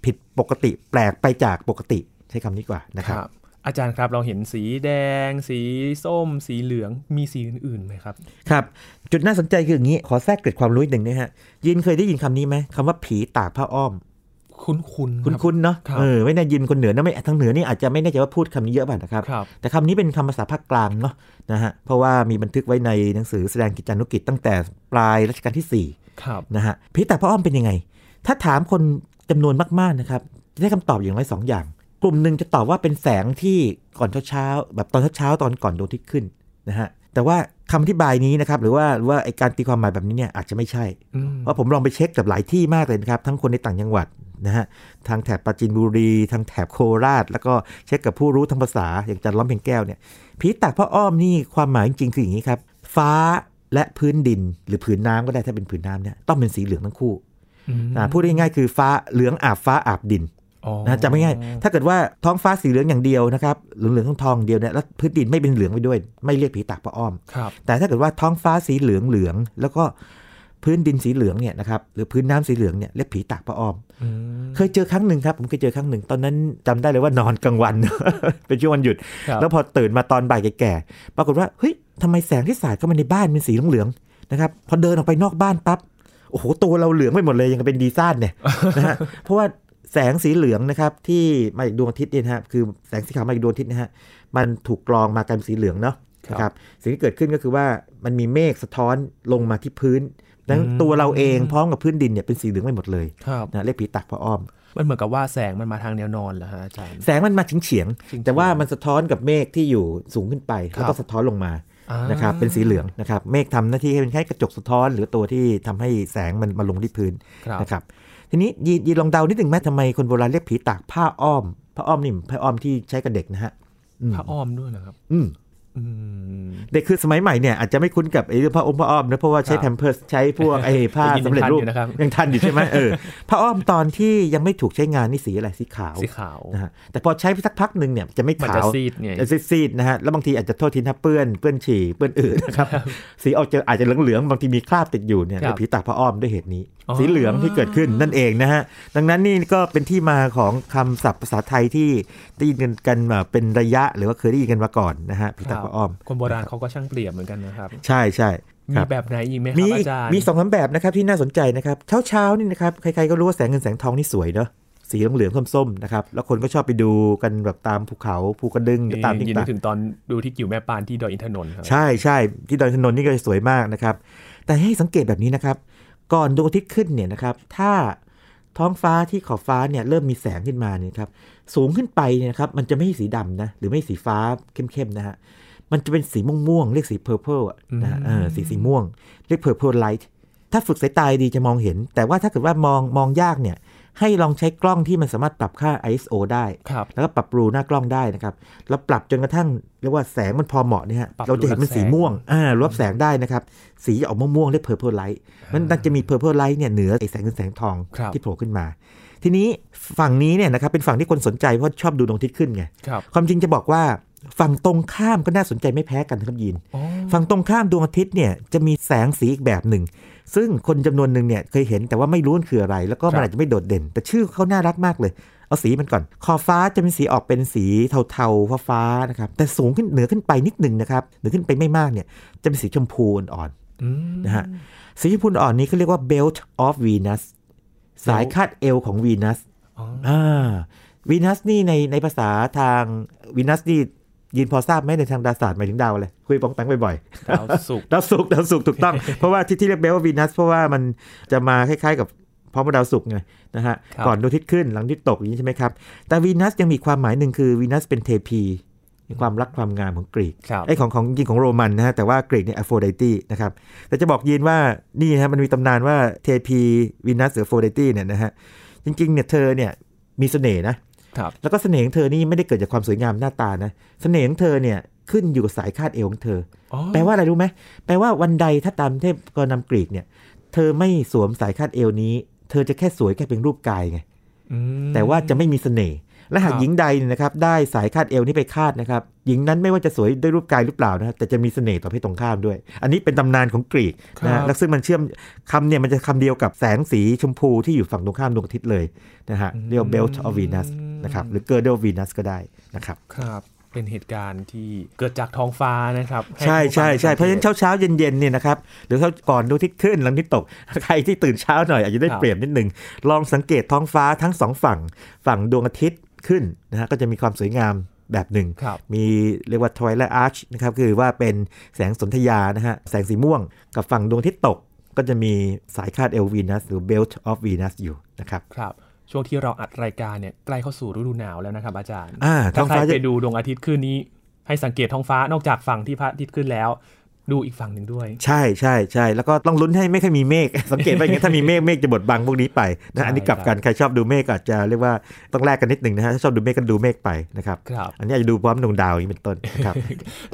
Speaker 2: ผิดปกติแปลกไปจากปกติใช้คำนี้กว่านะค
Speaker 1: ครับ รับ อาจารย์ครับเราเห็นสีแดง สีส้ม สีเหลืองมีสีอื่นๆไหมครับ
Speaker 2: ครับ จุดน่าสนใจคืออย่างนี้ ขอแทรกเกร็ดความรู้อีกหนึ่งนะฮะยินเคยได้ยินคำนี้ไหมคำว่าผีตากผ้าอ้อม
Speaker 1: คุ้นคุ้น
Speaker 2: คุ้นๆเนาะ
Speaker 1: ครับ
Speaker 2: เออไม่แน่ยินคนเหนือนะไม่ทั้งเหนือนี่อาจจะไม่แน่ใจว่าพูดคำนี้เยอะป่ะนะครับ
Speaker 1: ครับ
Speaker 2: แต่คำนี้เป็นคำภาษาภาคกลางเนาะนะฮะ เพราะว่ามีบันทึกไว้ในหนังสือแสดงกิจจานุกิจตั้งแต่ปลายรัชกาลที่
Speaker 1: ครับ
Speaker 2: 4 นะฮะพิตาพระอ้อมเป็นยังไง ถ้าถามคนจำนวนมากๆนะครับ จะได้คำตอบอย่างน้อยสองอย่าง กลุ่มหนึ่งจะตอบว่าเป็นแสงที่ก่อนเช้าๆแบบตอนเช้าๆตอนก่อนดวงอาทิตย์ขึ้นนะฮะ แต่ว่าคำอธิบายนี้นะครับ หรือว่าหรือว่าไอการตีความหมายแบบนี้เนี่ยอาจจะไม่ใช่
Speaker 1: อืม
Speaker 2: เพราะผมลองไปเช็คกับหลายที่มากเลยนะครับ ทั้งคนในต่างจังหวัดนะฮะทางแถบปราจีนบุรี ทางแถบโคราช แล้วก็เช็คกับผู้รู้ทางภาษาอย่างอาจันล้อมเพียงแก้วเนี่ยผีตากพระอ้อมนี่ความหมายจริงๆคืออย่างนี้ครับ ฟ้าและพื้นดินหรือผืนน้ำก็ได้ถ้าเป็นผืนน้ำเนี่ยต้องเป็นสีเหลืองทั้งคู่
Speaker 1: อืม
Speaker 2: อ่าพูดง่ายๆคือฟ้าเหลืองอาบฟ้าอาบดิน
Speaker 1: อ๋อ
Speaker 2: นะจำง่ายๆถ้าเกิดว่าท้องฟ้าสีเหลืองอย่างเดียวนะครับเหลืองเหลืองทองทองๆอย่างเดียวเนี่ยแล้วพื้นดินไม่เป็นเหลืองไปด้วย ไม่เรียกผีตากพระอ้อม
Speaker 1: ครับ
Speaker 2: แต่ถ้าเกิดว่าท้องฟ้าสีเหลืองเหลืองๆแล้วก็ พื้นดินสีเหลืองเนี่ยนะครับหรือพื้นน้ำสีเหลืองเนี่ยเรียกผีตากผ้าอ้อม
Speaker 1: อืม
Speaker 2: เคยเจอครั้งหนึ่งครับผมเคยเจอครั้งหนึ่งตอนนั้นจำได้เลยว่านอนกลางวัน เป็นช่วงวันหยุด
Speaker 1: ครับ
Speaker 2: แล้วพอตื่นมาตอนบ่ายแก่ๆ ปรากฏว่า เฮ้ยทำไมแสงที่สาดเข้ามาในบ้านเป็นสีเหลืองๆ นะครับ พอเดินออกไปนอกบ้านปั๊บ โอ้โห ตัวเราเหลืองไปหมดเลย ยังกับเป็นดีซ่านเนี่ย นะฮะ เพราะว่าแสงสีเหลืองนะครับที่มาจากดวงอาทิตย์เนี่ยนะฮะ คือแสงสีขาวมาจากดวงอาทิตย์นะฮะ มันถูกกรองมากลายเป็นสีเหลืองเนาะ นะครับ สิ่งที่เกิดขึ้นก็คือว่ามันมีเมฆสะท้อนลงมาที่พื้นดังนั้นตัวเราเองพร้อมกับพื้นดินเนี่ยเป็นสีเหลืองไปหมดเลย
Speaker 1: ครับ
Speaker 2: นะ เรียกผีตักพระอ้อม
Speaker 1: มันเหมือนกับว่าแสงมันมาทางแนวนอนเหรอฮะอาจารย์
Speaker 2: แสงมันมาเฉียง
Speaker 1: ๆ
Speaker 2: ๆแต่ว่ามันสะท้อนกับเมฆที่อยู่สูงขึ้นไปแล้วก็สะท้อนลงมา
Speaker 1: อ่า
Speaker 2: นะครับเป็นสีเหลืองนะครับเมฆทำหน้าที่ให้เป็นแค่กระจกสะท้อน หรือตัวที่ทำให้แสงมันมาลงที่พื้น
Speaker 1: ครับ
Speaker 2: นะครับทีนี้ยียีลองเดานิดหนึ่งไหมทำไมคนโบราณเรียกผีตากผ้าอ้อมผ้าอ้อมนี่ผ้าอ้อมที่ใช้กับเด็กนะฮะอืม
Speaker 1: พระอ้อมด้วยนะครับ
Speaker 2: อืม
Speaker 1: อืม
Speaker 2: เด็กคือสมัยใหม่เนี่ยอาจจะไม่คุ้นกับไอ้เรื่องผ้าอ้อมผ้าอ้อมนะเพราะว่าใช้
Speaker 1: ครับ
Speaker 2: แพมเพิร์สใช้ พวกไอ้ผ้า
Speaker 1: ได้ยิน
Speaker 2: สำเร็จรูป
Speaker 1: ยังทันอยู่นะครับ
Speaker 2: ยังทันอยู่ใช่ไหมเออผ้าอ้อมตอนที่ยังไม่ถูกใช้งานนี่สีอะไรสีขาว
Speaker 1: สีขาว
Speaker 2: นะฮะแต่พอใช้ไปสักพักหนึ่งเนี่ยจะไม่
Speaker 1: มัน
Speaker 2: ขา
Speaker 1: จะ
Speaker 2: ว
Speaker 1: ซีดเนี่ย
Speaker 2: จะซีดๆนะฮะ แล้วบางทีอาจจะโทษทีนะเปื้อนเปื้อนฉี่เปื้อนอื ดนะครับ สีออกจะอาจจะเหลืองๆ บางทีมีคราบติดอยู่เนี่ย
Speaker 1: ครับ
Speaker 2: เรียกผีตาพระอ้อมด้วยเหตุนี้
Speaker 1: อ๋อ
Speaker 2: สีเหลืองที่เกิดขึ้นนั่นเองนะฮะ ดังนั้นนี่ก็เป็นที่มาของคำศัพท์ภาษาไทยที่ได้ยินกันกันมาเป็นระยะหรือว่าเคยได้ยินกันมาก่อนนะฮะผีตาพระอ้อม
Speaker 1: คนโบราณเขาก็ช่างเปรียบเหมือนกันนะครับ
Speaker 2: ใช่ใช่ค
Speaker 1: มี
Speaker 2: รับ
Speaker 1: แบบไหนอีกไหมค
Speaker 2: มี
Speaker 1: รับ
Speaker 2: อีก
Speaker 1: อาจารย์
Speaker 2: มีสองสามแบบนะครับที่น่าสนใจนะครับเช้าเช้าๆนี่นะครับใครๆก็รู้ว่าแสงเงินแสงทองนี่สวยเนอะสีเหลืองๆส้มๆนะครับแล้วคนก็ชอบไปดูกันแบบตามภูเขาภูกระดึงหรือตามที่
Speaker 1: ยิน
Speaker 2: ต่า
Speaker 1: นึ
Speaker 2: ง
Speaker 1: กถึงตอนดูที่กิ่วแม่ปานที่ดอยอินทนนท์ครับ
Speaker 2: ใช่ใช่ที่ดอยถนนนี่ก็จะสวยมากนะครับ แต่ให้สังเกตแบบนี้นะครับ ก่อนดวงอาทิตย์ขึ้นเนี่ยนะครับ ถ้าท้องฟ้าที่ขอบฟ้าเนี่ยเริ่มมีแสงขึ้นมาเนี่ยครับสูงขึ้นไปเนี่ยนะครับมันจะไม่ใช่สีดำนะหรือไม่สีฟ้าเข้มๆนะฮะมันจะเป็นสีม่วงๆเรียกสีเพอร์เพลนะฮะ
Speaker 1: อืม
Speaker 2: เออสีสีม่วง เรียกเพอร์เพลไลท์ถ้าฝึกสายตาดีจะมองเห็น แต่ว่าถ้าเกิดว่ามองมองยากเนี่ยให้ลองใช้กล้องที่มันสามารถปรับค่า ISO ได้
Speaker 1: ครับ
Speaker 2: แล้วก็ปรับรูหน้ากล้องได้นะครับ แล้วปรับจนกระทั่งเรียกว่าแสงมันพอเหมาะเนี่ยฮะ
Speaker 1: ปรับ
Speaker 2: เราจะเห็นเป็นสีม่วง อ่ารับแสงได้นะครับ สีจะออกม่วงๆเรียก purple light มันดันจะมี purple light เนี่ยเหนือไอ้แสงเงินแสงทอง
Speaker 1: ครับ
Speaker 2: ที่โผล่ขึ้นมา ทีนี้ฝั่งนี้เนี่ยนะครับเป็นฝั่งที่คนสนใจเพราะชอบดูดวงอาทิตย์ขึ้นไง
Speaker 1: ครับ
Speaker 2: ความจริงจะบอกว่าฝั่งตรงข้ามก็น่าสนใจไม่แพ้กันนะครับยิน
Speaker 1: อ๋อ
Speaker 2: ฝั่งตรงข้ามดวงอาทิตย์เนี่ยจะมีแสงสีอีกแบบหนึ่ง ซึ่งคนจำนวนหนึ่งเนี่ยเคยเห็นแต่ว่าไม่รู้มันคืออะไร แล้วก็มันอาจจะไม่โดดเด่น แต่ชื่อเขาน่ารักมากเลย เอาสีมันก่อน ขอบฟ้าจะเป็นสีออกเป็นสีเทาๆฟ้าฟ้าๆนะครับแต่สูงขึ้นเหนือขึ้นไปนิดหนึ่งนะครับเหนือขึ้นไปไม่มากเนี่ยจะเป็นสีชมพูอ่อน
Speaker 1: อืม
Speaker 2: ๆนะฮะสีชมพูอ่อนนี้เขาเรียกว่า belt of Venus สายคาดเอวของวีนัส
Speaker 1: อ๋อ
Speaker 2: อ่าวีนัสนี่ในในภาษาทางวีนัสนี่ยินพอทราบไหมในทางดาราศาสตร์หมายถึงดาวอะไรคุยปองแปงบ่อยๆ
Speaker 1: ดาวศุกร์
Speaker 2: ดาวศุกร์ดาวศุกร์ถูก ต้อง เพราะว่าที่ที่เรียกเบลว่าวีนัสเพราะว่ามันจะมาคล้ายๆกับพร้อมกับดาวศุกร์ไงนะฮะ
Speaker 1: ครับ
Speaker 2: ก่อนดวงอาทิตย์ขึ้นหลังดวงอาทิตย์ตกอย่างนี้ใช่ไหมครับแต่วีนัสยังมีความหมายหนึ่งคือวีนัสเป็นเทพีในความรักความงามของกรีก
Speaker 1: ครับ
Speaker 2: ไอ้ยของของจริงของโรมันนะฮะแต่ว่ากรีกเนี่ยอโฟไดตี้นะครับแต่จะบอกยีนว่านี่นะฮะมันมีตำนานว่าเทพีวีนัสหรืออโฟไดตี้เนี่ยนะฮะจริงๆเนี่ยเธอเนี่ยมีเสน่ห์นะ
Speaker 1: ครับ
Speaker 2: แล้วก็เสน่ห์ของเธอนี่ไม่ได้เกิดจากความสวยงามหน้าตานะเสน่ห์ของเธอเนี่ยขึ้นอยู่กับสายคาดเอวของเธอ
Speaker 1: อ๋อ
Speaker 2: แปลว่าอะไรรู้ไหมแปลว่าวันใดถ้าตามเทพกรนำกรีกเนี่ย เธอไม่สวมสายคาดเอวนี้ เธอจะแค่สวยแค่เป็นรูปกายไง
Speaker 1: อืม
Speaker 2: แต่ว่าจะไม่มีเสน่ห์ และหาก
Speaker 1: ครับ
Speaker 2: หญิงใดเนี่ยนะครับได้สายคาดเอวนี้ไปคาดนะครับ หญิงนั้นไม่ว่าจะสวยด้วยรูปกายหรือเปล่านะครับแต่จะมีเสน่ห์ต่อเพศตรงข้ามด้วย อันนี้เป็นตำนานของกรีกนะฮะและซึ่งมันเชื่อมคำเนี่ยมันจะคำเดียวกับแสงสีชมพูที่อยู่ฝั่งตรงข้ามดวงอาทิตย์เลยนะฮะ เรียกว่า belt of Venus นะครับ หรือ girdle of Venus ก็ได้นะครับ
Speaker 1: ครับ เป็นเหตุการณ์ที่เกิดจากท้องฟ้านะครับห้
Speaker 2: ใช่ใช่ใช่
Speaker 1: ผู้ฟัง
Speaker 2: เพราะฉะนั้นเช้าเช้าๆเย็นเย็นๆเนี่ยนะครับหรือเช้าก่อนดวงอาทิตย์ขึ้นหลังอาทิตย์ตก ใครที่ตื่นเช้าหน่อยอาจจะได้
Speaker 1: ครับ
Speaker 2: เปรียบนิดหนึ่งลองสังเกตท้องฟ้าทั้งสองฝั่งฝั่งดวงอาทิตย์ขึ้นนะฮะก็จะมีความสวยงามแบบหนึ่ง
Speaker 1: ครับ
Speaker 2: มีเรียกว่า twilight arch นะครับคือว่าเป็นแสงสนธยานะฮะแสงสีม่วงกับฝั่งดวงอาทิตย์ตก ก็จะมีสายคาดเอลวีนัสหรือ belt of Venus อยู่นะครับ
Speaker 1: ครับ ช่วงที่เราอัดรายการเนี่ยใกล้เข้าสู่ฤดูหนาวแล้วนะครับ อาจารย์
Speaker 2: อ่าท้
Speaker 1: ถ้า
Speaker 2: อง
Speaker 1: ใคร
Speaker 2: ฟ้าจะ
Speaker 1: ไปดูดวงอาทิตย์คืนนี้ ให้สังเกตท้องฟ้านอกจากฝั่งที่พระอาทิตย์ขึ้นแล้ว ดูอีกฝั่งหนึ่งด้วย
Speaker 2: ใช่ใช่ใช่แล้วก็ต้องลุ้นให้ไม่ค่อยมีเมฆ สังเกตว่าอย่างเงี้ยถ้ามีเมฆเมฆจะบดบังพวกนี้ไปนะอันนี้
Speaker 1: ใช่
Speaker 2: กลับกัน ใครชอบดูเมฆก็อาจจะเรียกว่าต้องแลกกันนิดหนึ่งนะฮะถ้าชอบดูเมฆก็ดูเมฆไปนะครับ
Speaker 1: ครับ
Speaker 2: อันนี้อาจจะดูพร้อมดวงดาวอย่างนี้เป็นต้น นะครับ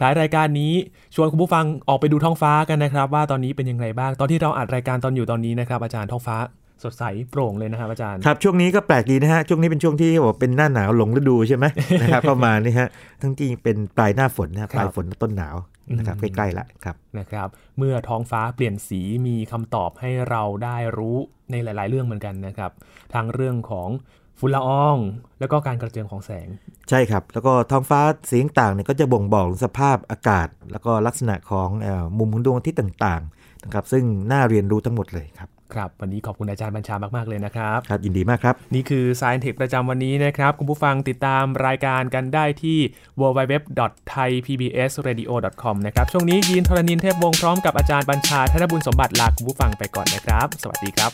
Speaker 1: ท้ายรายการนี้ชวนคุณผู้ฟังออกไปดูท้องฟ้ากันนะครับ ว่าตอนนี้เป็นยังไงบ้างตอนที่เราอัดรายการตอนอยู่ตอนนี้นะครับ อาจารย์ท้องฟ้าสดใสโปร่งเลยนะครับ อาจารย์
Speaker 2: ครับช่วงนี้ก็แปลกดีนะฮะช่วงนี้เป็นช่วงที่เขาบอกเป็นหน้า หนาวหลงฤดูใช่ไหม นะครับเข้ามานี่ฮะทั้งที่เป็นปลายหน้าฝนนะฮะปลาย
Speaker 1: ครับ
Speaker 2: ฝนต้นหนาว นะครับ
Speaker 1: อื
Speaker 2: ใก
Speaker 1: ม
Speaker 2: ล้ๆละครับ
Speaker 1: นะครับ เมื่อท้องฟ้าเปลี่ยนสีมีคำตอบให้เราได้รู้ในหลาย ๆ เรื่องเหมือนกันนะครับทั้งเรื่องของฝุ่นละออง แล้วก็การกระเจิงของแสง
Speaker 2: ใช่ครับ แล้วก็ท้องฟ้าสีต่างๆเนี่ยก็จะบ่งบอกสภาพอากาศ แล้วก็ลักษณะของเออมุมของดวงอาทิตย์ต่างๆนะครับซึ่งน่าเรียนรู้ทั้งหมดเลยครับ
Speaker 1: ครับ วันนี้ขอบคุณอาจารย์บัญชามาก ๆ เลยนะครับ
Speaker 2: ครับยินดีมากครับ
Speaker 1: นี่คือ Science Tech ประจำวันนี้นะครับ คุณผู้ฟังติดตามรายการกันได้ที่ www.thaipbsradio.com นะครับ ช่วงนี้ยินทรณินเทพวงศ์พร้อมกับอาจารย์บัญชาธนบุญสมบัติลาคุณผู้ฟังไปก่อนนะครับ สวัสดีครับ